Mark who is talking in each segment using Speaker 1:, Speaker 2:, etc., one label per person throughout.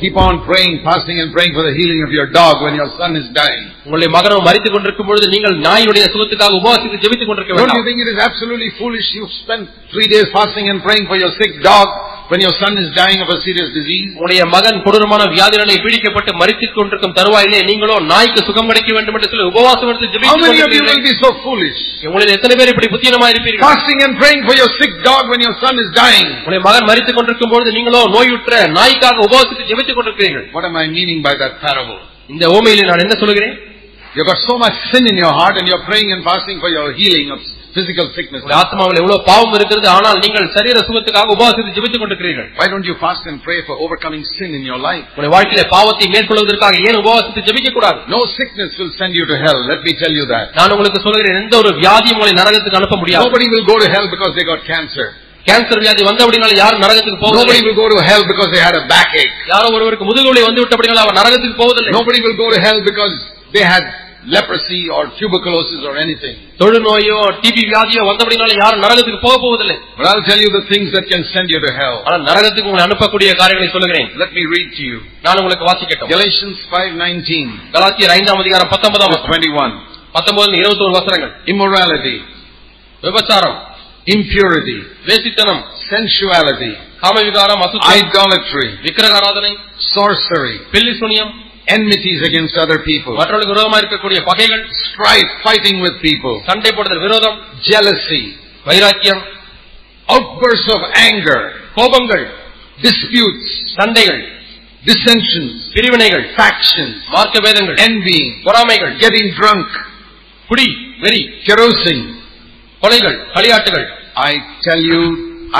Speaker 1: keep on praying, fasting and praying for the healing of your dog when your son is dying.
Speaker 2: உங்களுடைய மகனும் மறித்துக் கொண்டிருக்கும் பொழுது நீங்கள் நாயுடைய சுகத்துக்காக உபவாசித்து ஜெபித்துக் கொண்டிருக்க
Speaker 1: Don't you
Speaker 2: வேண்டாம்
Speaker 1: think it is absolutely foolish you spend three days fasting and praying for your sick dog when your son is dying of a serious disease?
Speaker 2: உங்களுடைய மகன் கொடூரமான வியாதிகளை பீடிக்கப்பட்டு மறித்துக் கொண்டிருக்கும் தருவாயிலே நீங்களோ நாய்க்கு சுகம் கிடைக்க வேண்டும் என்று சொல்லி உபவாசம் எடுத்து
Speaker 1: How
Speaker 2: ஜெபித்துக்
Speaker 1: many of you will
Speaker 2: கொண்டிருக்கிறீர்கள்
Speaker 1: be so foolish?
Speaker 2: உங்களில் எத்தனை பேர் இப்படி புத்தியனமா இருப்பீர்கள்
Speaker 1: Fasting and praying for your sick dog when your son is dying.
Speaker 2: உங்களுடைய மகன் மறித்துக் கொண்டிருக்கும் பொழுது நீங்களோ நோயுற்ற நாய்க்காக உபவாசித்து ஜெபித்துக் கொண்டிருக்கிறீர்கள்
Speaker 1: What am I meaning by that parable?
Speaker 2: இந்த ஓமையிலே நான் என்ன சொல்கிறேன்
Speaker 1: You've got so much sin in your heart and you're praying and fasting for your healing of physical sickness.
Speaker 2: உங்களுடைய ஆத்மாவில் எவ்வளவு பாவம் இருக்கிறது ஆனால் நீங்கள் சரீர சுகத்துக்காக உபவாசித்து ஜெபித்துக் கொண்டிருக்கிறீர்கள்
Speaker 1: Why don't you fast and pray for overcoming sin in your life?
Speaker 2: உங்களுடைய வாழ்க்கையில பாவத்தை மேற்கொள்வதற்காக ஏன் உபவாசித்து ஜெபிக்க கூடாது
Speaker 1: No sickness will send you to hell, let me tell you that.
Speaker 2: நான் உங்களுக்கு சொல்கிறேன் எந்த ஒரு வியாதியும் உங்களை நரகத்துக்கு அனுப்ப முடியாது
Speaker 1: Nobody will go to hell because they got cancer.
Speaker 2: Cancer வியாதி வந்த அப்படினால யாரும் நரகத்துக்கு
Speaker 1: Nobody
Speaker 2: போவதில்லை
Speaker 1: will go to hell because they had a backache.
Speaker 2: யாரோ ஒருவருக்கு முதுகுவலி வந்து விட்ட அப்படினால அவர் நரகத்துக்கு போவதில்லை
Speaker 1: Nobody will go to hell because they had leprosy or tuberculosis or anything.
Speaker 2: தொழுநோயோ டிபி வியாதியோ வந்த அப்படினால யாரும் நரகத்துக்கு போக போவதில்லை
Speaker 1: But I'll tell you the things that can send you to hell.
Speaker 2: ஆனால் நரகத்துக்கு உங்களை அனுப்பக்கூடிய காரியங்களை சொல்லுகிறேன்
Speaker 1: Let me read to you.
Speaker 2: நான் உங்களுக்கு வாசிக்கட்டும்
Speaker 1: Galatians 5:19
Speaker 2: கலாத்தியர் ஐந்தாம் அதிகாரம் பத்தொன்பதாம்
Speaker 1: to 21.
Speaker 2: பத்தொன்பது இருபத்தி ஒரு வசனங்கள்
Speaker 1: Immorality,
Speaker 2: விபச்சாரம்
Speaker 1: impurity,
Speaker 2: வேசித்தனம்
Speaker 1: sensuality,
Speaker 2: காமவிகாரம் அசுத்தம்
Speaker 1: idolatry,
Speaker 2: விக்கிரக ஆராதனை
Speaker 1: sorcery,
Speaker 2: பில்லி சுனியம்
Speaker 1: enmities against other people,
Speaker 2: மற்றவர்களுக்கு விரோதமா இருக்கக்கூடிய பகைகள்
Speaker 1: strife, fighting with people,
Speaker 2: சண்டை போடுதல் விரோதம்
Speaker 1: jealousy,
Speaker 2: வைராக்கியம்
Speaker 1: outbursts of anger,
Speaker 2: கோபங்கள்
Speaker 1: disputes,
Speaker 2: சண்டைகள்
Speaker 1: dissensions,
Speaker 2: பிரிவினைகள்
Speaker 1: factions,
Speaker 2: மார்க்க வேதங்கள்
Speaker 1: envying,
Speaker 2: பொறாமைகள்
Speaker 1: getting drunk,
Speaker 2: குடி வெறி
Speaker 1: carousing.
Speaker 2: கொலைகள் களியாட்டுகள்
Speaker 1: I tell you,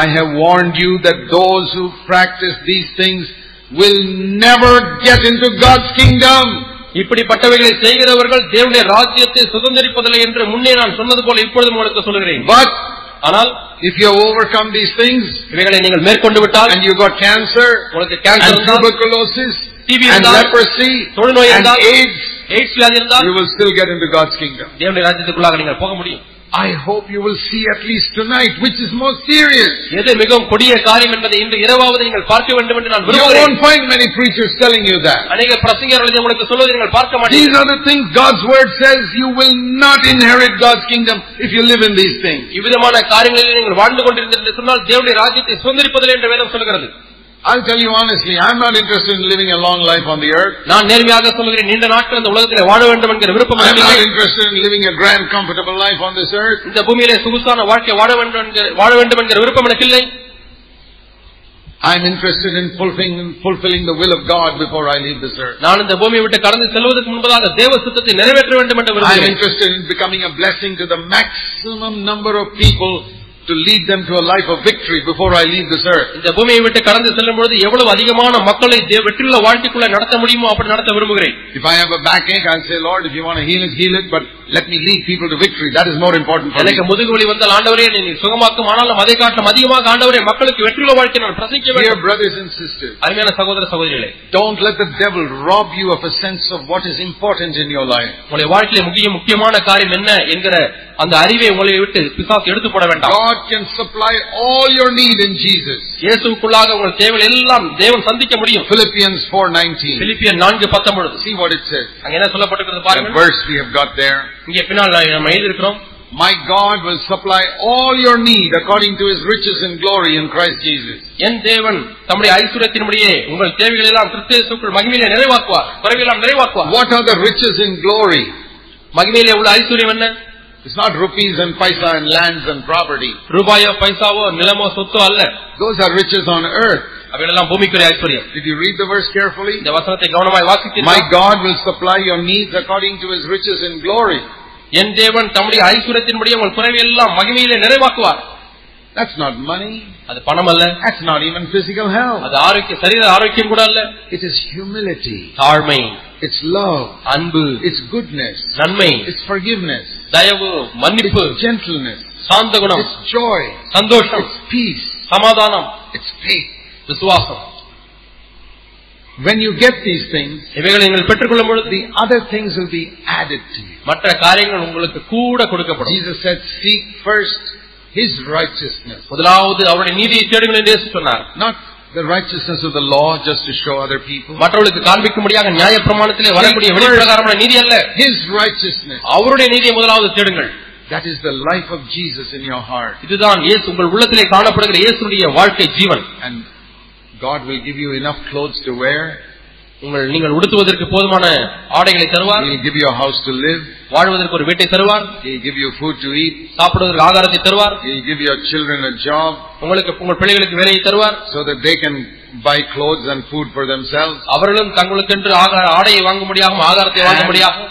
Speaker 1: I have warned you that those who practice these things will never get into God's kingdom.
Speaker 2: இப்படிப்பட்டவைகளை செய்கிறவர்கள் தேவனுடைய ராஜ்யத்தை சுதந்திரிப்பதில்லை என்று முன்னே நான் சொன்னது போல இப்பொழுது உங்களுக்கு சொல்கிறேன்
Speaker 1: But
Speaker 2: ஆனால்
Speaker 1: if you have overcome these things
Speaker 2: இவைகளை நீங்கள் மேற்கொண்டு விட்டால்
Speaker 1: and you got cancer
Speaker 2: உங்களுக்கு
Speaker 1: and
Speaker 2: கேன்சர் இருந்தால்
Speaker 1: tuberculosis
Speaker 2: TB
Speaker 1: and
Speaker 2: இருந்தால்,
Speaker 1: leprosy
Speaker 2: தொழுநோய்
Speaker 1: and
Speaker 2: இருந்தால்
Speaker 1: AIDS,
Speaker 2: எய்ட்ஸ் வியாதி இருந்தால்
Speaker 1: you will still get into God's kingdom.
Speaker 2: தேவனுடைய ராஜ்யத்துக்குள்ளாக நீங்கள் போக முடியும்
Speaker 1: I hope you will see at least tonight which is more serious.
Speaker 2: எது மிகவும் கொடிய காரியம் என்பதை இன்று இரவாவது நீங்கள் பார்க்க வேண்டும் என்று நான்
Speaker 1: You
Speaker 2: விரும்புகிறேன்
Speaker 1: won't find many preachers telling you that.
Speaker 2: அநேக பிரசங்கர்கள் இதை உங்களுக்கு சொல்வதை நீங்கள் பார்க்க
Speaker 1: These
Speaker 2: மாட்டீர்கள்
Speaker 1: are the things God's word says you will not inherit God's kingdom if you live in these things.
Speaker 2: இவ்விதமான காரியங்களில் நீங்கள் வாழ்ந்து கொண்டிருந்தீர்கள் என்று சொன்னால் தேவனுடைய ராஜ்யத்தை சுதந்திரிப்பதில்லை என்று வேதம் சொல்கிறது
Speaker 1: I'll tell you honestly, I'm not interested in living a long life on the earth.
Speaker 2: நான் நேர்மையாக சொல்கிறேன் நீண்ட நாட்கள் இந்த உலகத்தில் வாழ வேண்டும் என்கிற விருப்பம்
Speaker 1: I'm
Speaker 2: எனக்கு
Speaker 1: not
Speaker 2: இல்லை.
Speaker 1: interested in living a grand comfortable life on this earth.
Speaker 2: இந்த பூமியிலே சொகுசான வாழ்க்கை வாழ வேண்டும் என்கிற வாழ வேண்டும் என்கிற விருப்பம் எனக்கு இல்லை
Speaker 1: I'm interested in fulfilling, fulfilling the will of God before I leave this earth.
Speaker 2: நான் இந்த பூமியை விட்டு கடந்து செல்வதற்கு முன்பதாக தேவ சித்தத்தை நிறைவேற்ற வேண்டும் என்று
Speaker 1: I'm
Speaker 2: விரும்புகிறேன்
Speaker 1: interested in becoming a blessing to the maximum number of people to lead them to a life of victory before I leave this earth.
Speaker 2: இந்த பூமியை விட்டு கடந்து செல்லும் பொழுது எவ்வளவு அதிகமான மக்களை தே- வெற்றியுள்ள வாழ்க்கைக்குள்ள நடத்த முடியுமோ அப்படி நடத்த விரும்புகிறேன்
Speaker 1: If I have a backache, I'll say, Lord, if you want to heal it, heal it, but let me lead people to victory. That is more important for me.
Speaker 2: எனக்கு முதுகு வலி வந்தால் ஆண்டவரே நீ சுகமாக்கும் ஆனாலும் அதை காட்டும் அதிகமாக ஆண்டவரே மக்களுக்கு வெற்றியுள்ள வாழ்க்கை நான் பிரசங்கிக்க
Speaker 1: Dear
Speaker 2: வேண்டும்
Speaker 1: brothers and sisters,
Speaker 2: அருமையான சகோதர சகோதரிகளே
Speaker 1: don't let the devil rob you of a sense of what is important in your life.
Speaker 2: உங்களுடைய வாழ்க்கையில முக்கிய முக்கியமான காரியம் என்ன என்கிற அந்த அறிவை உங்களை விட்டு பிசாசு எடுத்து போட வேண்டாம்
Speaker 1: God can supply all your need in Jesus.
Speaker 2: இயேசுவுக்குள்ளாக உங்கள் தேவைகள் எல்லாம் தேவன் சந்திக்க முடியும்
Speaker 1: Philippians 4.19.
Speaker 2: பிலிப்பியன் நான்கு பத்தொன்பது
Speaker 1: See what it says.
Speaker 2: அங்க என்ன சொல்லப்பட்டிருக்கிறது
Speaker 1: The
Speaker 2: பாருங்க
Speaker 1: verse we have got there.
Speaker 2: இங்கே பின்னால் நம்ம எழுதியிருக்கிறோம்
Speaker 1: My God will supply all your need according to his riches and glory in Christ Jesus.
Speaker 2: என் தேவன் தம்முடைய ஐஸ்வர்யத்தின்படியே உங்கள் தேவைகள் எல்லாம் கிறிஸ்தேசுக்குள் மகிமையிலே நிறைவாக்குவார் குறைவெல்லாம் நிறைவாக்குவார்
Speaker 1: What are the riches in glory?
Speaker 2: மகிமையிலே உள்ள ஐஸ்வர்யம் என்ன
Speaker 1: It's not rupees and paisa and lands and property.
Speaker 2: ரூபாயோ பைசாவோ நிலமோ சொத்தோ அல்ல
Speaker 1: Those are riches on earth.
Speaker 2: அவையெல்லாம் பூமிக்குரிய ஐஸ்வர்யம்
Speaker 1: Did you read the verse carefully?
Speaker 2: இந்த வசனத்தை கவனமாய்
Speaker 1: My
Speaker 2: வாசித்து
Speaker 1: God will supply your needs according to his riches in glory.
Speaker 2: என் தேவன் தம்முடைய ஐஸ்வர்யத்தின்படியே உங்கள் குறைவையெல்லாம் மகிமையிலே நிறைவாக்குவார்
Speaker 1: That's not money.
Speaker 2: அது பணம் அல்ல
Speaker 1: That's not even physical health.
Speaker 2: அது ஆரோக்கிய சரீர ஆரோக்கியம் கூட அல்ல
Speaker 1: It is humility.
Speaker 2: தாழ்மை
Speaker 1: It's love.
Speaker 2: அன்பு
Speaker 1: It's goodness.
Speaker 2: நன்மை
Speaker 1: It's forgiveness.
Speaker 2: தயவு மன்னிப்பு
Speaker 1: It's gentleness.
Speaker 2: சாந்த குணம்
Speaker 1: It's joy.
Speaker 2: சந்தோஷம்
Speaker 1: It's peace.
Speaker 2: சமாதானம்
Speaker 1: It's faith.
Speaker 2: விசுவாசம்
Speaker 1: When you get these things,
Speaker 2: இவைகளை நீங்கள் பெற்றுக்கொள்ளும் பொழுது
Speaker 1: the other things will be added to you.
Speaker 2: மற்ற காரியங்கள் உங்களுக்கு கூட கொடுக்கப்படும்
Speaker 1: Jesus said, seek first His righteousness.
Speaker 2: முதலாவது அவருடைய நீதியை தேடுங்கள் என்று இயேசு சொன்னார்
Speaker 1: Not The righteousness of the law just to show other people.
Speaker 2: மற்றவர்களுக்கு காண்பிக்கும்படியாக நியாய பிரமாணத்திலே வரக்கூடிய
Speaker 1: Right.
Speaker 2: வெளிப்பிரகாரமான நீதி அல்ல
Speaker 1: His righteousness.
Speaker 2: அவருடைய நீதியை முதலாவது தேடுங்கள்
Speaker 1: That is the life of Jesus in your heart.
Speaker 2: இதுதான் இயேசு உங்கள் உள்ளத்திலே காணப்படுகிற இயேசுடைய வாழ்க்கை ஜீவன்
Speaker 1: And God will give you enough clothes to wear.
Speaker 2: உங்கள் நீங்கள் உடுத்துவதற்கு போதுமான ஆடைகளை தருவார்
Speaker 1: He'll give you a house to live.
Speaker 2: வாழ்வதற்கு ஒரு வீட்டை தருவார்
Speaker 1: He'll give you food to eat.
Speaker 2: சாப்பிடுவதற்கு ஆகாரத்தை தருவார்
Speaker 1: He'll give your children a job
Speaker 2: உங்களுக்கு உங்கள் பிள்ளைகளுக்கு வேலையை தருவார்
Speaker 1: so that they can buy clothes and food for themselves.
Speaker 2: அவர்களும் தங்களுக்கென்று ஆகார ஆடையை வாங்க முடியாகும் ஆகாரத்தை வாங்க முடியாகும்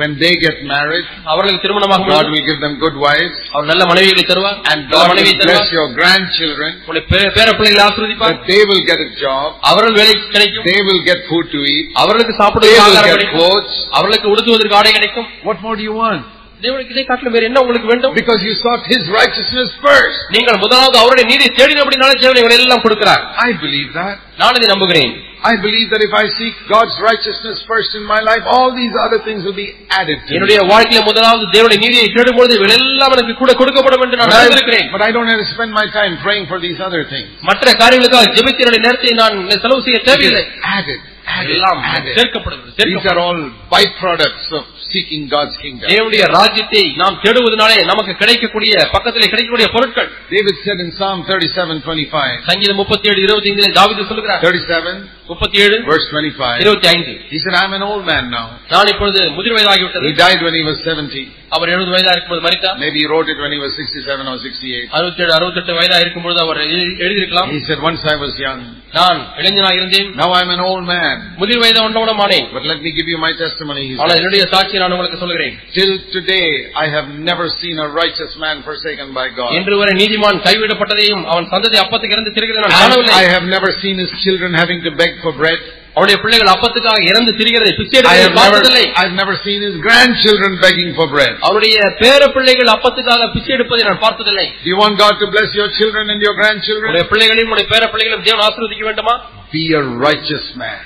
Speaker 1: When they get married,
Speaker 2: அவர்களுக்கு திருமணமாக
Speaker 1: God will give them good wives.
Speaker 2: அவர் நல்ல மனைவிகளை தருவார்
Speaker 1: And
Speaker 2: நல்ல
Speaker 1: God
Speaker 2: மனைவியை
Speaker 1: will bless
Speaker 2: தருவார்
Speaker 1: your grandchildren
Speaker 2: உங்களுடைய பே- பேர பிள்ளைகளை ஆசீர்வதிப்பார்
Speaker 1: that they will get a job.
Speaker 2: அவர்கள் வேலை கிடைக்கும்
Speaker 1: They will get food to eat.
Speaker 2: அவர்களுக்கு
Speaker 1: They
Speaker 2: சாப்பிடுவதற்கு
Speaker 1: will
Speaker 2: ஆகாரம்
Speaker 1: get
Speaker 2: கிடைக்கும்
Speaker 1: clothes.
Speaker 2: அவர்களுக்கு உடுத்துவதற்கு ஆடை கிடைக்கும்
Speaker 1: What more do you want?
Speaker 2: தேவனுக்கு இதை காட்டிலும் வேறு என்ன உங்களுக்கு வேண்டும்
Speaker 1: Because you sought His righteousness first.
Speaker 2: நீங்கள் முதலாவது அவருடைய நீதி தேடினபடினால தேவன் இவனை எல்லாம் கொடுக்கிறார்
Speaker 1: I believe that.
Speaker 2: நான் இதை நம்புகிறேன்
Speaker 1: I believe that if I seek God's righteousness first in my life, all these other things will be added to me.
Speaker 2: என்னுடைய வாழ்க்கையில முதலாவது தேவனுடைய நீதியை தேடும் பொழுது இவையெல்லாம் எனக்கு கூட கொடுக்கப்படும் என்று
Speaker 1: But
Speaker 2: நான்
Speaker 1: I,
Speaker 2: அறிந்திருக்கிறேன்
Speaker 1: but I don't have to spend my time praying for these other things.
Speaker 2: மற்ற காரியங்களுக்காக ஜெபித்து என்னுடைய நேரத்தை நான் செலவு செய்ய
Speaker 1: It is
Speaker 2: தேவையில்லை
Speaker 1: added, added,
Speaker 2: எல்லாம்
Speaker 1: added.
Speaker 2: சேர்க்கப்படுகிறது
Speaker 1: These
Speaker 2: சேர்க்கப்படும்.
Speaker 1: are all byproducts of seeking God's kingdom.
Speaker 2: தேவனுடைய ராஜ்யத்தை நாம் தேடுவதனாலே நமக்கு கிடைக்கக்கூடிய பக்கத்திலே கிடைக்கக்கூடிய பொருட்கள்
Speaker 1: David said in Psalm 37, 25,
Speaker 2: சங்கீதம் முப்பத்தி ஏழு இருபத்தி ஐந்து தாவிது சொல்லுகிறார்
Speaker 1: 37
Speaker 2: முப்பத்தி ஏழு
Speaker 1: verse 25,
Speaker 2: இருபத்தி ஐந்து
Speaker 1: he said, I'm an old man now.
Speaker 2: நான் இப்பொழுது முதிர் வயதாகிவிட்டது
Speaker 1: He died when he was 70.
Speaker 2: அவர் எழுபது வயதா இருக்கும்போது மறித்தார்
Speaker 1: Maybe he wrote it when he was 67 or 68.
Speaker 2: அறுபத்தி ஏழு அறுபத்தெட்டு வயதா இருக்கும்பொழுது அவர் எழுதி- எழுதியிருக்கலாம்
Speaker 1: He said, once I was young.
Speaker 2: நான் இளைஞனாக இருந்தேன்
Speaker 1: Now I'm an old man.
Speaker 2: முதிர் வயது ஒன்றவனமானேன்
Speaker 1: But let me give you my testimony, he said.
Speaker 2: ஆனால் என்னுடைய சாட்சியை நான் உங்களுக்கு சொல்கிறேன்
Speaker 1: Till today, I have never seen a righteous man forsaken by God.
Speaker 2: இன்று வரை நீதிமான் கைவிடப்பட்டதையும் அவன் சந்ததி அப்பத்துக்கு இறந்து திரிகிறது நான்
Speaker 1: And
Speaker 2: காணவில்லை
Speaker 1: I have never seen his children having to beg for bread.
Speaker 2: அவனுடைய பிள்ளைகள் அப்பத்துக்காக இறந்து திரிகிறதை பிச்சை
Speaker 1: I have
Speaker 2: எடுக்கிறதை
Speaker 1: never,
Speaker 2: பார்த்ததில்லை
Speaker 1: I've never seen his grandchildren begging for bread.
Speaker 2: அவருடைய பேர பிள்ளைகள் அப்பத்துக்காக பிச்சை எடுப்பதை நான் பார்த்ததில்லை
Speaker 1: Do you want God to bless your children and your grandchildren?
Speaker 2: உடைய பிள்ளைகளையும் உடைய பேர பிள்ளைகளையும் தேவன் ஆசீர்வதிக்க வேண்டுமா
Speaker 1: Be a righteous man.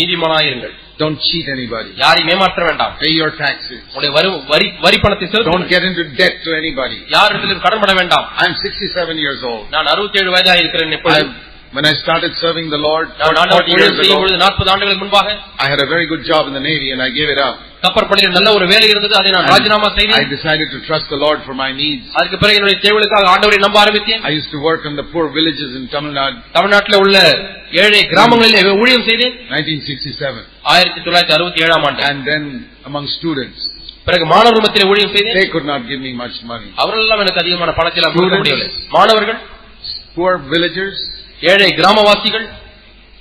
Speaker 2: நீதிமானாயிருங்கள்
Speaker 1: Don't cheat anybody.
Speaker 2: யாரையும் ஏமாற்ற வேண்டாம்
Speaker 1: Pay your taxes.
Speaker 2: உடைய வரு வரி வரி பணத்தை
Speaker 1: Don't
Speaker 2: செலுத்துங்கள்
Speaker 1: get into debt to anybody.
Speaker 2: யாரிடத்திலும் கடன்பட வேண்டாம்
Speaker 1: I'm 67 years old.
Speaker 2: நான் 67 வயதாக இருக்கிறேன்
Speaker 1: I,
Speaker 2: இப்பொழுது
Speaker 1: when I started serving the Lord
Speaker 2: நான்
Speaker 1: 40
Speaker 2: ஆண்டவர்
Speaker 1: years
Speaker 2: ஊழியம் செய்யும்
Speaker 1: ago,
Speaker 2: பொழுது 40 ஆண்டுகளுக்கு முன்பாக
Speaker 1: I had a very good job in the Navy and I gave it up.
Speaker 2: கப்பற் பணியில் நல்ல ஒரு வேலை இருந்தது அதை நான் ராஜினாமா
Speaker 1: And I
Speaker 2: செய்தேன்
Speaker 1: decided to trust the Lord for my needs.
Speaker 2: அதுக்கு பிறகு என்னுடைய தேவலுக்காக ஆண்டவரை நம்ப ஆரம்பித்தேன்
Speaker 1: I used to work in the poor villages in Tamil Nadu,
Speaker 2: தமிழ்நாட்டில் உள்ள ஏழை கிராமங்களிலே ஊழியம் செய்தேன்
Speaker 1: 1967,
Speaker 2: ஆயிரத்தி தொள்ளாயிரத்தி அறுபத்தி ஏழாம் ஆண்டு
Speaker 1: and then among students.
Speaker 2: பிறகு மாணவர் மத்தியிலே ஊழியம் செய்தேன்
Speaker 1: They could not give me much money.
Speaker 2: அவர்கள் எல்லாம் எனக்கு அதிகமான பணத்தில் கொடுக்க முடியவில்லை மாணவர்கள்
Speaker 1: Poor villagers,
Speaker 2: ஏழை கிராமவாசிகள்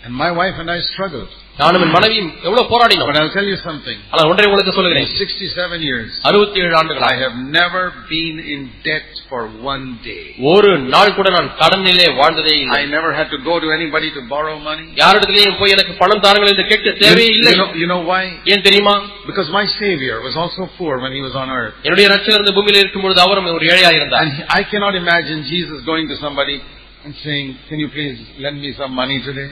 Speaker 1: and my wife and I struggled.
Speaker 2: நானும் என் மனைவியும் எவ்வளவு போராடினோம்
Speaker 1: But I'll tell you something.
Speaker 2: ஆனால் ஒன்றை உங்களுக்கு சொல்லுகிறேன்
Speaker 1: 67 years,
Speaker 2: அறுபத்தி ஏழு
Speaker 1: I
Speaker 2: ஆண்டுகளாக
Speaker 1: have never been in debt for one day.
Speaker 2: ஒரு நாள் கூட நான் கடனிலே வாழ்ந்ததே இல்லை
Speaker 1: I never had to go to anybody to borrow money.
Speaker 2: யாரிடத்திலேயும் போய் எனக்கு பணம் தாருங்கள் என்று கேட்க தேவையே இல்லை
Speaker 1: you, know, you know why?
Speaker 2: ஏன் தெரியுமா
Speaker 1: Because my Savior was also poor when he was on earth.
Speaker 2: என்னுடைய ரட்சகர் இந்த பூமியில இருக்கும் பொழுது அவரும் ஒரு ஏழையா இருந்தார்
Speaker 1: And I cannot imagine Jesus going to somebody and saying, Can you please lend me some money today?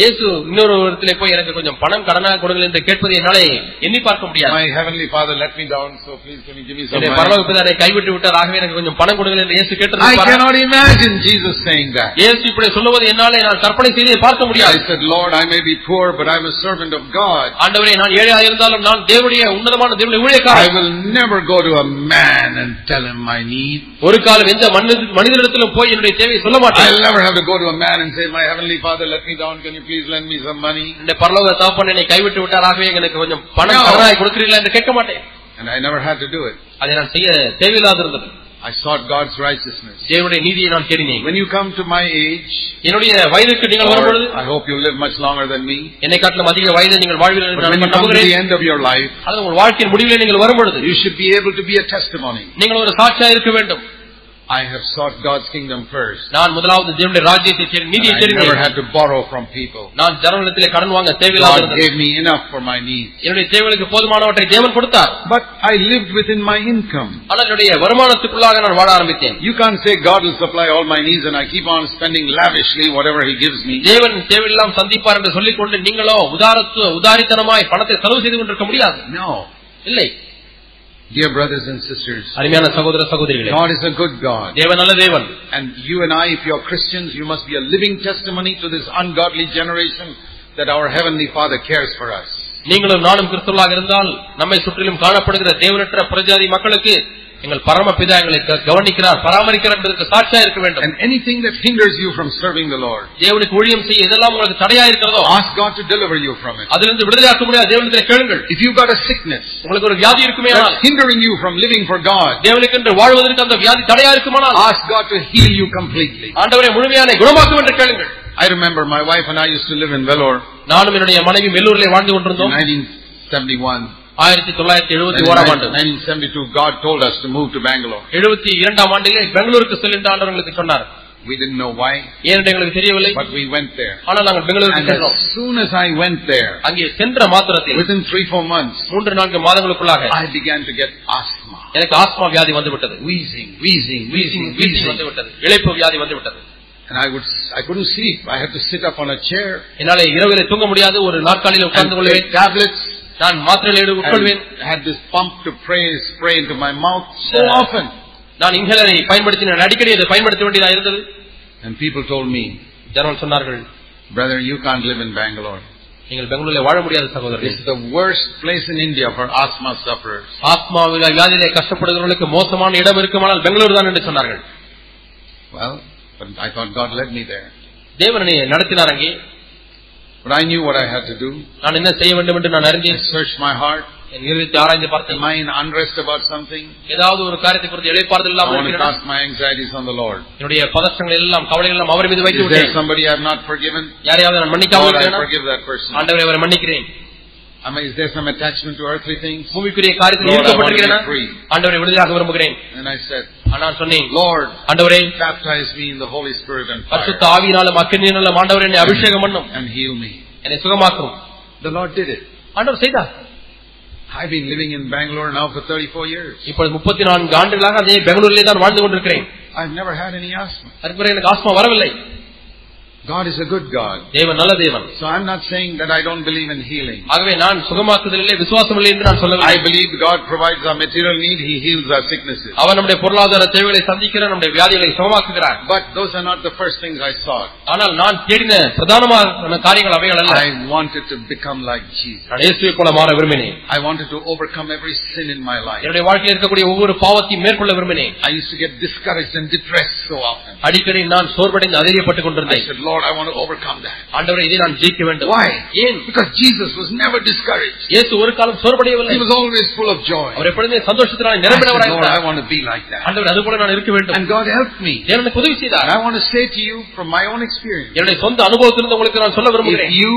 Speaker 2: இயேசு இன்னொரு இடத்திலே போய் எனக்கு கொஞ்சம் பணம் கடனாக கொடுங்கள் என்று கேட்பதை என்னாலே எண்ணி பார்க்க முடியாது
Speaker 1: My heavenly father let me down, so please can you give me some
Speaker 2: என்னுடைய
Speaker 1: money?
Speaker 2: பரலோக பிதாவை கைவிட்டு விட்டார் ஆகவே எனக்கு கொஞ்சம் பணம் கொடுங்கள் என்று இயேசு
Speaker 1: I
Speaker 2: கேட்டது
Speaker 1: cannot imagine Jesus saying that.
Speaker 2: இயேசு இப்படி சொல்லுவது என்னாலே நான் கற்பனை செய்தே பார்க்க
Speaker 1: I
Speaker 2: முடியாது
Speaker 1: said, Lord, I may be poor, but I'm a servant of God.
Speaker 2: ஆண்டவரே நான் ஏழையாக இருந்தாலும் நான் தேவனுடைய உன்னதமான தேவனுடைய
Speaker 1: I
Speaker 2: ஊழியக்காரன்
Speaker 1: will never go to a man and tell him my need.
Speaker 2: ஒரு காலம் எந்த மனித- மனிதனிடத்திலும் போய் என்னுடைய தேவையை சொல்ல மாட்டேன்
Speaker 1: I'll never have to go to a man and say, My heavenly father let me down, can you please lend me some money?
Speaker 2: இந்த பரலோக தாப்பன் என்னை கைவிட்டு விட்டார் ஆகவே எனக்கு கொஞ்சம் பணம்
Speaker 1: No.
Speaker 2: கடனாக கொடுக்கிறீங்களா என்று கேட்க மாட்டேன்
Speaker 1: And I never had to do it.
Speaker 2: அதை நான் செய்ய தேவையில்லாது இருந்தது
Speaker 1: I sought God's righteousness.
Speaker 2: தேவனுடைய நீதியை நான் தேடினேன்
Speaker 1: When you come to my age,
Speaker 2: என்னுடைய வயதுக்கு நீங்கள் வரும்பொழுது
Speaker 1: or I hope you live much longer than me,
Speaker 2: என்னை காட்டிலும் அதிக வயதை நீங்கள் வாழ்வீர்கள்
Speaker 1: But
Speaker 2: என்று
Speaker 1: when you
Speaker 2: நான்
Speaker 1: come to the
Speaker 2: நம்புகிறேன்
Speaker 1: end of your life,
Speaker 2: அது உங்கள் வாழ்க்கையின் முடிவிலே நீங்கள் வரும்பொழுது
Speaker 1: you should be able to be a testimony.
Speaker 2: நீங்கள் ஒரு சாட்சியா இருக்க வேண்டும்
Speaker 1: I have sought God's kingdom first.
Speaker 2: நான் முதலாவது தேவனுடைய ராஜ்யத்தை தேடி
Speaker 1: And
Speaker 2: நீதியை
Speaker 1: I never
Speaker 2: தேடினேன்
Speaker 1: had to borrow from people.
Speaker 2: நான் ஜனநிலத்திலே கடன் வாங்க தேவையில்லாத
Speaker 1: God
Speaker 2: இருந்தது.
Speaker 1: gave me enough for my needs.
Speaker 2: என்னுடைய தேவைகளுக்கு போதுமானவற்றை தேவன் கொடுத்தார்
Speaker 1: But I lived within my income.
Speaker 2: ஆனால் என்னுடைய வருமானத்துக்குள்ளாக நான் வாழ ஆரம்பித்தேன்
Speaker 1: You can't say God will supply all my needs and I keep on spending lavishly whatever He gives me.
Speaker 2: தேவன் தேவையெல்லாம் சந்திப்பார் என்று சொல்லிக் கொண்டு நீங்களோ உதாரத்து உதாரித்தனமாய் பணத்தை செலவு செய்து கொண்டிருக்க முடியாது
Speaker 1: No.
Speaker 2: இல்லை
Speaker 1: Dear brothers and sisters,
Speaker 2: அருமையான சகோதர சகோதரிகளே
Speaker 1: God is a good God.
Speaker 2: தேவன் நல்ல தேவன்
Speaker 1: And you and I, if you're Christians, you must be a living testimony to this ungodly generation that our Heavenly Father cares for us.
Speaker 2: நீங்களும் நானும் கிறிஸ்துவர்களாக இருந்தால் நம்மை சுற்றிலும் காணப்படுகிற தேவனற்ற பிரஜாதி மக்களுக்கு எங்கள் பரமபிதா எங்களை க- கவனிக்கிறார் பராமரிக்கிறார் என்பதற்கு சாட்சியா இருக்க வேண்டும்
Speaker 1: And anything that hinders you from serving the Lord,
Speaker 2: தேவனுக்கு ஊழியம் செய்ய எதெல்லாம் உங்களுக்கு தடையா இருக்கிறதோ
Speaker 1: ask God to deliver you from it.
Speaker 2: அதிலிருந்து விடுதலையாக்க முடியாது தேவனத்தில் கேளுங்கள்
Speaker 1: If you've got a sickness
Speaker 2: உங்களுக்கு ஒரு வியாதி இருக்குமே ஆனால்
Speaker 1: that's hindering you from living for God,
Speaker 2: தேவனுக்கு என்று வாழ்வதற்கு அந்த வியாதி தடையா இருக்குமானால்
Speaker 1: ask God to heal you completely.
Speaker 2: ஆண்டவரை முழுமையான குணமாக்கும் என்று கேளுங்கள்
Speaker 1: I remember my wife and I used to live in Vellore
Speaker 2: நானும் என்னுடைய மனைவி மெல்லூரிலே வாழ்ந்து
Speaker 1: in
Speaker 2: கொண்டிருந்தோம்
Speaker 1: 1971.
Speaker 2: ஆயிரத்தி தொள்ளாயிரத்தி எழுபத்தி
Speaker 1: And in
Speaker 2: ஓராம் ஆண்டு
Speaker 1: 1972, God told us to move to Bangalore.
Speaker 2: எழுபத்தி இரண்டாம் ஆண்டிலே பெங்களூருக்கு செல் என்று ஆண்டவர் எங்களுக்கு சொன்னார்
Speaker 1: We didn't know why,
Speaker 2: ஏனென்று எங்களுக்கு தெரியவில்லை
Speaker 1: but we went there.
Speaker 2: ஆனால் நாங்கள் பெங்களூருக்கு
Speaker 1: And uh,
Speaker 2: சென்றோம்
Speaker 1: as soon as I went there,
Speaker 2: அங்கே சென்ற மாத்திரத்தில்
Speaker 1: within three, four months,
Speaker 2: மூன்று நான்கு மாதங்களுக்குள்ளாக
Speaker 1: I began to get asthma.
Speaker 2: எனக்கு ஆஸ்மா வியாதி வந்துவிட்டது
Speaker 1: Wheezing, wheezing, wheezing,
Speaker 2: வீசி
Speaker 1: wheezing.
Speaker 2: வந்துவிட்டது இழைப்பு வியாதி வந்துவிட்டது
Speaker 1: And I would, I couldn't sleep. I had to sit up on a chair
Speaker 2: என்னால இரவிலே தூங்க முடியாது ஒரு நாற்காலியில்
Speaker 1: and
Speaker 2: உட்கார்ந்து கொள்வேன்
Speaker 1: take tablets.
Speaker 2: நான் மாத்திரையில் எடு- உட்கொள்வேன்
Speaker 1: And had this pump to pray, spray into my mouth so often.
Speaker 2: நான் இன்ஹேலரை பயன்படுத்தினேன் அடிக்கடி அதை பயன்படுத்த வேண்டியதா இருந்தது
Speaker 1: And people told me,
Speaker 2: ஜனங்கள் சொன்னார்கள்
Speaker 1: brother, you can't live in Bangalore.
Speaker 2: நீங்கள் பெங்களூர்ல வாழ முடியாது சகோதரர்களே
Speaker 1: It's the worst place in India for asthma sufferers.
Speaker 2: ஆத்மாவில வியாதியிலே கஷ்டப்படுகிறவர்களுக்கு மோசமான இடம் இருக்குமானால் பெங்களூர் தான் என்று சொன்னார்கள்
Speaker 1: Well, but I thought God led me there.
Speaker 2: தேவன் என்னை நடத்தினார் அங்கே
Speaker 1: But I knew what I had to do.
Speaker 2: நான் என்ன செய்ய வேண்டும் என்று நான்
Speaker 1: I
Speaker 2: அறிந்தேன்
Speaker 1: searched my heart.
Speaker 2: என் இருதயத்தை ஆராய்ந்து
Speaker 1: Am
Speaker 2: பார்த்தேன்
Speaker 1: I in unrest about something?
Speaker 2: ஏதாவது ஒரு காரியத்தை குறித்து இழைப்பாறுதல்
Speaker 1: I
Speaker 2: இல்லாமல்
Speaker 1: want to
Speaker 2: இருக்கிறேன்
Speaker 1: cast my anxieties on the Lord.
Speaker 2: என்னுடைய பதற்றங்கள் எல்லாம் கவலைகள் எல்லாம் அவர் மீது வைத்து
Speaker 1: Is there
Speaker 2: விட்டேன்
Speaker 1: somebody I have not forgiven?
Speaker 2: யாரையாவது நான் மன்னிக்காமல்
Speaker 1: Lord, I
Speaker 2: இருக்கிறேனா?
Speaker 1: forgive that person.
Speaker 2: ஆண்டவரை அவரை மன்னிக்கிறேன்
Speaker 1: Am I, is there some attachment to earthly things?
Speaker 2: பூமிக்குரிய காரியத்தில்
Speaker 1: Lord, I
Speaker 2: ஈர்க்கப்பட்டிருக்கிறேனா
Speaker 1: want to be free.
Speaker 2: ஆண்டவரை விடுதலாக விரும்புகிறேன்
Speaker 1: And I said,
Speaker 2: ஆனா நான் சொன்னேன்
Speaker 1: Lord,
Speaker 2: ஆண்டவரே
Speaker 1: baptize me in the Holy Spirit and fire
Speaker 2: பரிசுத்த ஆவியினாலும் அக்கினியினாலும் ஆண்டவர் என்னை அபிஷேகம் பண்ணும்
Speaker 1: and heal me.
Speaker 2: என்னை சுகமாக்கும்
Speaker 1: The Lord did it.
Speaker 2: ஆண்டவர் செய்தார்
Speaker 1: I've been living in Bangalore now for 34 years.
Speaker 2: இப்பொழுது முப்பத்தி நான்கு ஆண்டுகளாக அதே பெங்களூரிலே தான் வாழ்ந்து கொண்டிருக்கிறேன்
Speaker 1: I've never had any asthma.
Speaker 2: அதுக்கு பிறகு எனக்கு ஆஸ்மா வரவில்லை
Speaker 1: God is a good God.
Speaker 2: தேவன் நல்ல தேவன்
Speaker 1: So I'm not saying that I don't believe in healing.
Speaker 2: ஆகவே நான் சுகமாக்குதலிலே விசுவாசம் இல்லை என்று நான்
Speaker 1: I
Speaker 2: சொல்லவில்லை
Speaker 1: believe God provides our material need, He heals our sicknesses.
Speaker 2: அவர் நம்முடைய பொருளாதார தேவைகளை சந்திக்கிற நம்முடைய வியாதிகளை சுகமாக்குகிறார்
Speaker 1: But those are not the first things I sought.
Speaker 2: ஆனால் நான் தேடின பிரதானமான காரியங்கள் அவைகள் அல்ல
Speaker 1: I wanted to become like Jesus.
Speaker 2: நான் இயேசுவை போல மாற விரும்பினேன்
Speaker 1: I wanted to overcome every sin in my life.
Speaker 2: என்னுடைய வாழ்க்கையில் இருக்கக்கூடிய ஒவ்வொரு பாவத்தையும் மேற்கொள்ள விரும்பினேன்
Speaker 1: I used to get discouraged and depressed so often.
Speaker 2: அடிக்கடி நான் சோர்வடைந்து அதிரியப்பட்டுக்
Speaker 1: I
Speaker 2: கொண்டிருந்தேன்
Speaker 1: said, Lord, I want to overcome that.
Speaker 2: ஆண்டவரை இதை நான் ஜெயிக்க வேண்டும்
Speaker 1: Why?
Speaker 2: ஏன்
Speaker 1: Because Jesus was never discouraged.
Speaker 2: இயேசு ஒரு காலம் சோர்வடையவில்லை
Speaker 1: He was always full of joy.
Speaker 2: அவர் எப்பொழுதுமே சந்தோஷத்தினால்
Speaker 1: I said,
Speaker 2: நிரம்பினவராக
Speaker 1: Lord, I
Speaker 2: இருந்தார்
Speaker 1: want to be like that.
Speaker 2: ஆண்டவர் அது போல நான் இருக்க வேண்டும்
Speaker 1: And God helped me.
Speaker 2: தேவன் எனக்கு உதவி
Speaker 1: And
Speaker 2: செய்தார்
Speaker 1: I want to say to you from my own experience,
Speaker 2: என்னுடைய சொந்த அனுபவத்திலிருந்து உங்களுக்கு நான் சொல்ல
Speaker 1: if
Speaker 2: விரும்புகிறேன்
Speaker 1: you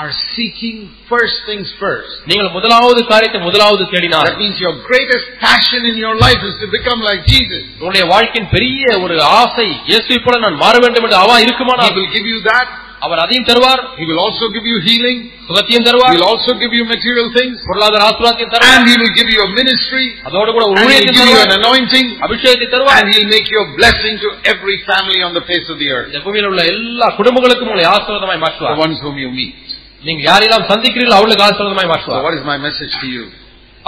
Speaker 1: are seeking first things first,
Speaker 2: நீங்கள் முதலாவது காரியத்தை முதலாவது தேடினார்
Speaker 1: that means your greatest passion in your life is to become like Jesus.
Speaker 2: உங்களுடைய வாழ்க்கையின் பெரிய ஒரு ஆசை இயேசுவை போல நான் மாற வேண்டும் என்று அவா
Speaker 1: He
Speaker 2: இருக்குமானால்
Speaker 1: will give you that.
Speaker 2: அவர் அதையும் தருவார்
Speaker 1: He will also give you healing.
Speaker 2: சுகத்தையும்
Speaker 1: He
Speaker 2: தருவார்
Speaker 1: will also give you material things.
Speaker 2: பொருளாதார ஆசீர்வாதத்தையும்
Speaker 1: And
Speaker 2: தருவார்
Speaker 1: He will give you a ministry.
Speaker 2: அதோடு கூட ஒரு
Speaker 1: And He will
Speaker 2: ஊழியத்தையும்
Speaker 1: give you an
Speaker 2: தருவார்
Speaker 1: anointing.
Speaker 2: அபிஷேகத்தை தருவார்
Speaker 1: And He'll make you a blessing to every family on the face of the earth.
Speaker 2: இந்த பூமியில் உள்ள எல்லா குடும்பங்களுக்கும் உங்களை ஆசீர்வாதமாய்
Speaker 1: The
Speaker 2: மாற்றுவார்
Speaker 1: ones whom you meet.
Speaker 2: நீங்க யாரெல்லாம் சந்திக்கிறீர்களோ அவளுக்கு ஆசீர்வாதமாய்
Speaker 1: So
Speaker 2: மாற்றுவார்
Speaker 1: what is my message to you?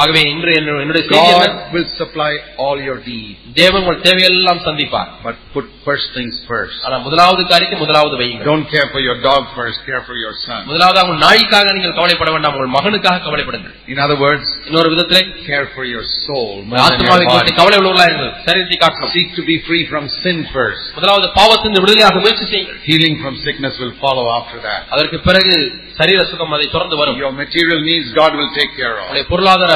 Speaker 2: ஆகவே இன்று என்னுடைய என்னுடைய செய்தி என்ன?
Speaker 1: God will supply all your needs.
Speaker 2: தேவன் உங்கள் தேவையெல்லாம் சந்திப்பார்
Speaker 1: But put first things first.
Speaker 2: ஆனா முதலாவது காரியத்தை முதலாவது வையுங்கள்
Speaker 1: Don't care for your dog first, care for your son.
Speaker 2: முதலாவது உங்கள் நாய்க்காக நீங்கள் கவலைப்பட வேண்டாம் உங்கள் மகனுக்காக கவலைப்படுங்கள்
Speaker 1: In other words,
Speaker 2: இன்னொரு விதத்திலே
Speaker 1: care for your soul more
Speaker 2: உங்கள்
Speaker 1: than your
Speaker 2: ஆத்மாவை
Speaker 1: body.
Speaker 2: குறித்து கவலை உள்ளவர்களா இருங்கள் சரீரத்தை காக்கணும்
Speaker 1: Seek to be free from sin first.
Speaker 2: முதலாவது பாவத்திலிருந்து விடுதலையாக முயற்சி செய்யுங்கள்
Speaker 1: Healing from sickness will follow after that.
Speaker 2: அதற்கு பிறகு சரீர சுகம் அதை தொடர்ந்து வரும்
Speaker 1: Your material needs God will take care of.
Speaker 2: உங்களுடைய பொருளாதார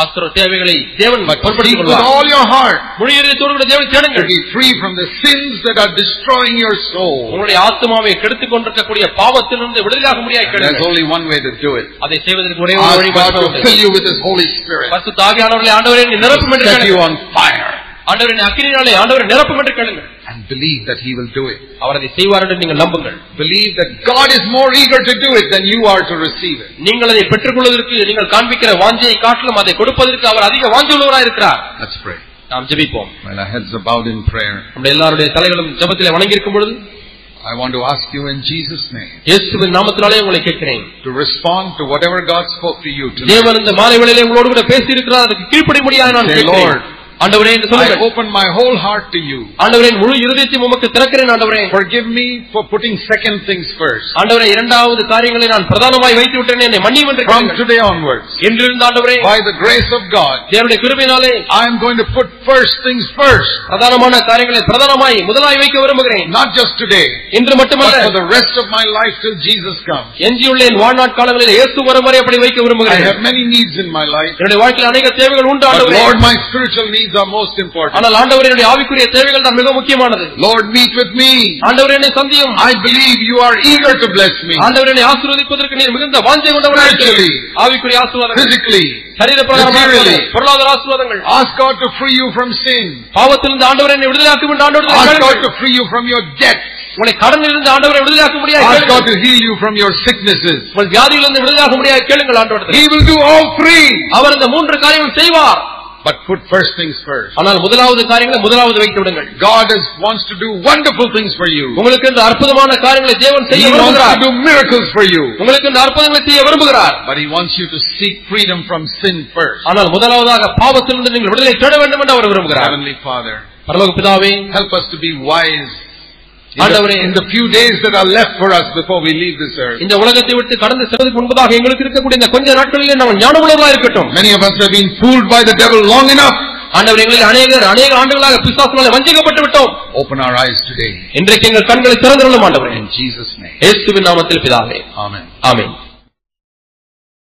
Speaker 2: ஆஸ்திர தேவைகளை தேவன்
Speaker 1: But
Speaker 2: பொறுப்படுத்திக்
Speaker 1: seek with
Speaker 2: கொள்வார்
Speaker 1: all your heart
Speaker 2: முழு இதயத்தோடு கூட தேவனை
Speaker 1: to
Speaker 2: தேடுங்கள்
Speaker 1: be free from the sins that are destroying your soul.
Speaker 2: உங்களுடைய ஆத்மாவை கெடுத்துக் கொண்டிருக்கக்கூடிய பாவத்திலிருந்து விடுதலாக முடியாது
Speaker 1: There's only one way to do it.
Speaker 2: அதை செய்வதற்கு ஒரே ஒரு வழி
Speaker 1: Ask God to fill
Speaker 2: மட்டுமே உண்டு.
Speaker 1: you with His Holy Spirit.
Speaker 2: பரிசுத்த ஆவியானவர்களே ஆண்டவரே என்னை நிரப்பும் என்று
Speaker 1: Set you
Speaker 2: கேளுங்கள்
Speaker 1: on fire
Speaker 2: ஆண்டவரே என்னை அக்கினியாலே ஆண்டவரே நிரப்பும் என்று கேளுங்கள்
Speaker 1: and believe that He will do it.
Speaker 2: அவர் அதை செய்வார் என்று நீங்கள் நம்புங்கள்
Speaker 1: Believe that God is more eager to do it than you are to receive it.
Speaker 2: நீங்கள் அதை பெற்றுக்கொள்வதற்கு நீங்கள் காண்பிக்கிற வாஞ்சையை காட்டிலும் அதை கொடுப்பதற்கு அவர் அதிக வாஞ்சுள்ளவராக இருக்கிறார்
Speaker 1: Let's pray.
Speaker 2: நாம் ஜெபிப்போம்
Speaker 1: While our heads are bowed in prayer,
Speaker 2: நம்முடைய எல்லாருடைய தலைகளும் ஜெபத்திலே வணங்கி இருக்கும் பொழுது
Speaker 1: I want to ask you in Jesus' name
Speaker 2: இயேசுவின் நாமத்தினாலே உங்களை கேட்கிறேன்
Speaker 1: to respond to whatever God spoke to you tonight.
Speaker 2: தேவன் இந்த மாலை வேளையிலே உங்களோடு கூட பேசி இருக்கிறார் அதுக்கு கீழ்ப்படி முடியாது நான்
Speaker 1: Say,
Speaker 2: கேட்கிறேன்
Speaker 1: Lord,
Speaker 2: ஆண்டவரே என்று
Speaker 1: I
Speaker 2: சொல்லுங்கள்
Speaker 1: open my whole heart to you.
Speaker 2: ஆண்டவரே என் முழு இருதயத்தையும் உமக்கு திறக்கிறேன் ஆண்டவரே
Speaker 1: Forgive me for putting second things first.
Speaker 2: ஆண்டவரே இரண்டாவது காரியங்களை நான் பிரதானமாய் வைத்து விட்டேன் என்னை மன்னியும் என்று
Speaker 1: From
Speaker 2: கேளுங்கள்.
Speaker 1: today onwards,
Speaker 2: என்றிருந்து ஆண்டவரே
Speaker 1: by the grace of God,
Speaker 2: தேவனுடைய கிருபையினாலே
Speaker 1: I am going to put first things first.
Speaker 2: பிரதானமான காரியங்களை பிரதானமாய் முதலாய் வைக்க விரும்புகிறேன்
Speaker 1: Not just today,
Speaker 2: இன்று
Speaker 1: but
Speaker 2: மட்டுமல்ல
Speaker 1: for the rest of my life till Jesus comes.
Speaker 2: எஞ்சியுள்ள என் வாழ்நாட் காலங்களில் இயேசு வரும் வரை அப்படி வைக்க
Speaker 1: I
Speaker 2: விரும்புகிறேன்
Speaker 1: have many needs in my life,
Speaker 2: என்னுடைய வாழ்க்கையில் அநேக தேவைகள் உண்டு
Speaker 1: but
Speaker 2: ஆண்டவரே
Speaker 1: Lord, my spiritual needs are most important.
Speaker 2: ஆனால் ஆண்டவர் என்னுடைய ஆவிக்குரிய தேவைகள் தான் மிக முக்கியமானது
Speaker 1: Lord, meet with me.
Speaker 2: ஆண்டவர் என்னை சந்தியும்
Speaker 1: I believe you are eager to bless me
Speaker 2: ஆண்டவர் என்னை ஆசீர்வதிப்பதற்கு நீர் மிகுந்த வாஞ்சை கொண்டவராக
Speaker 1: Spiritually.
Speaker 2: இருக்கிறீர். ஆவிக்குரிய ஆசீர்வாதங்கள்
Speaker 1: physically.
Speaker 2: சரீர
Speaker 1: Materially.
Speaker 2: பொருளாதார ஆசீர்வாதங்கள்
Speaker 1: Ask God to free you from sin.
Speaker 2: பாவத்திலிருந்து ஆண்டவர் என்னை விடுதலையாக்கும் என்று ஆண்டவர்
Speaker 1: Ask God
Speaker 2: கேளுங்கள்.
Speaker 1: to free you from your debts.
Speaker 2: உங்களை கடனிலிருந்து ஆண்டவரை விடுதலையாக்க முடியாது
Speaker 1: Ask God
Speaker 2: கேளுங்கள்.
Speaker 1: to heal you from your sicknesses.
Speaker 2: உங்கள் வியாதியிலிருந்து விடுதலையாக்க முடியாது கேளுங்கள் ஆண்டவர்
Speaker 1: He will do all three.
Speaker 2: அவர் இந்த மூன்று காரியங்கள் செய்வார்
Speaker 1: But put first things first.
Speaker 2: ஆனால் முதலாவது காரியங்களை முதலாவது வைத்து விடுங்கள்
Speaker 1: God is, wants to do wonderful things for you.
Speaker 2: உங்களுக்கு இந்த அற்புதமான காரியங்களை தேவன் செய்ய
Speaker 1: He wants
Speaker 2: விரும்புகிறார்
Speaker 1: to do miracles for you.
Speaker 2: உங்களுக்கு இந்த அற்புதங்களை செய்ய விரும்புகிறார்
Speaker 1: But He wants you to seek freedom from sin first.
Speaker 2: ஆனால் முதலாவதாக பாவத்திலிருந்து நீங்கள் விடுதலை தேட வேண்டும் என்று அவர் விரும்புகிறார்
Speaker 1: Heavenly Father,
Speaker 2: பரலோக பிதாவே
Speaker 1: help us to be wise in the,
Speaker 2: ஆண்டவரே.
Speaker 1: in the few days that are left for us before we leave this earth.
Speaker 2: இந்த உலகத்தை விட்டு கடந்து செல்வதற்கு முன்பதாக எங்களுக்கு இருக்கக்கூடிய இந்த கொஞ்ச நாட்களிலே நாங்கள் ஞானமுள்ளவர்களா இருக்கட்டும்
Speaker 1: Many of us have been fooled by the devil long enough.
Speaker 2: ஆண்டவர் எங்களில் அநேகர் அநேக ஆண்டுகளாக பிசாசினாலே வஞ்சிக்கப்பட்டு விட்டோம்
Speaker 1: Open our eyes today.
Speaker 2: இன்றைக்கு எங்கள் கண்களை திறந்துள்ள ஆண்டவரே
Speaker 1: In Jesus' name.
Speaker 2: இயேசுவின் நாமத்தில் பிதாவே
Speaker 1: Amen.
Speaker 2: ஆமென்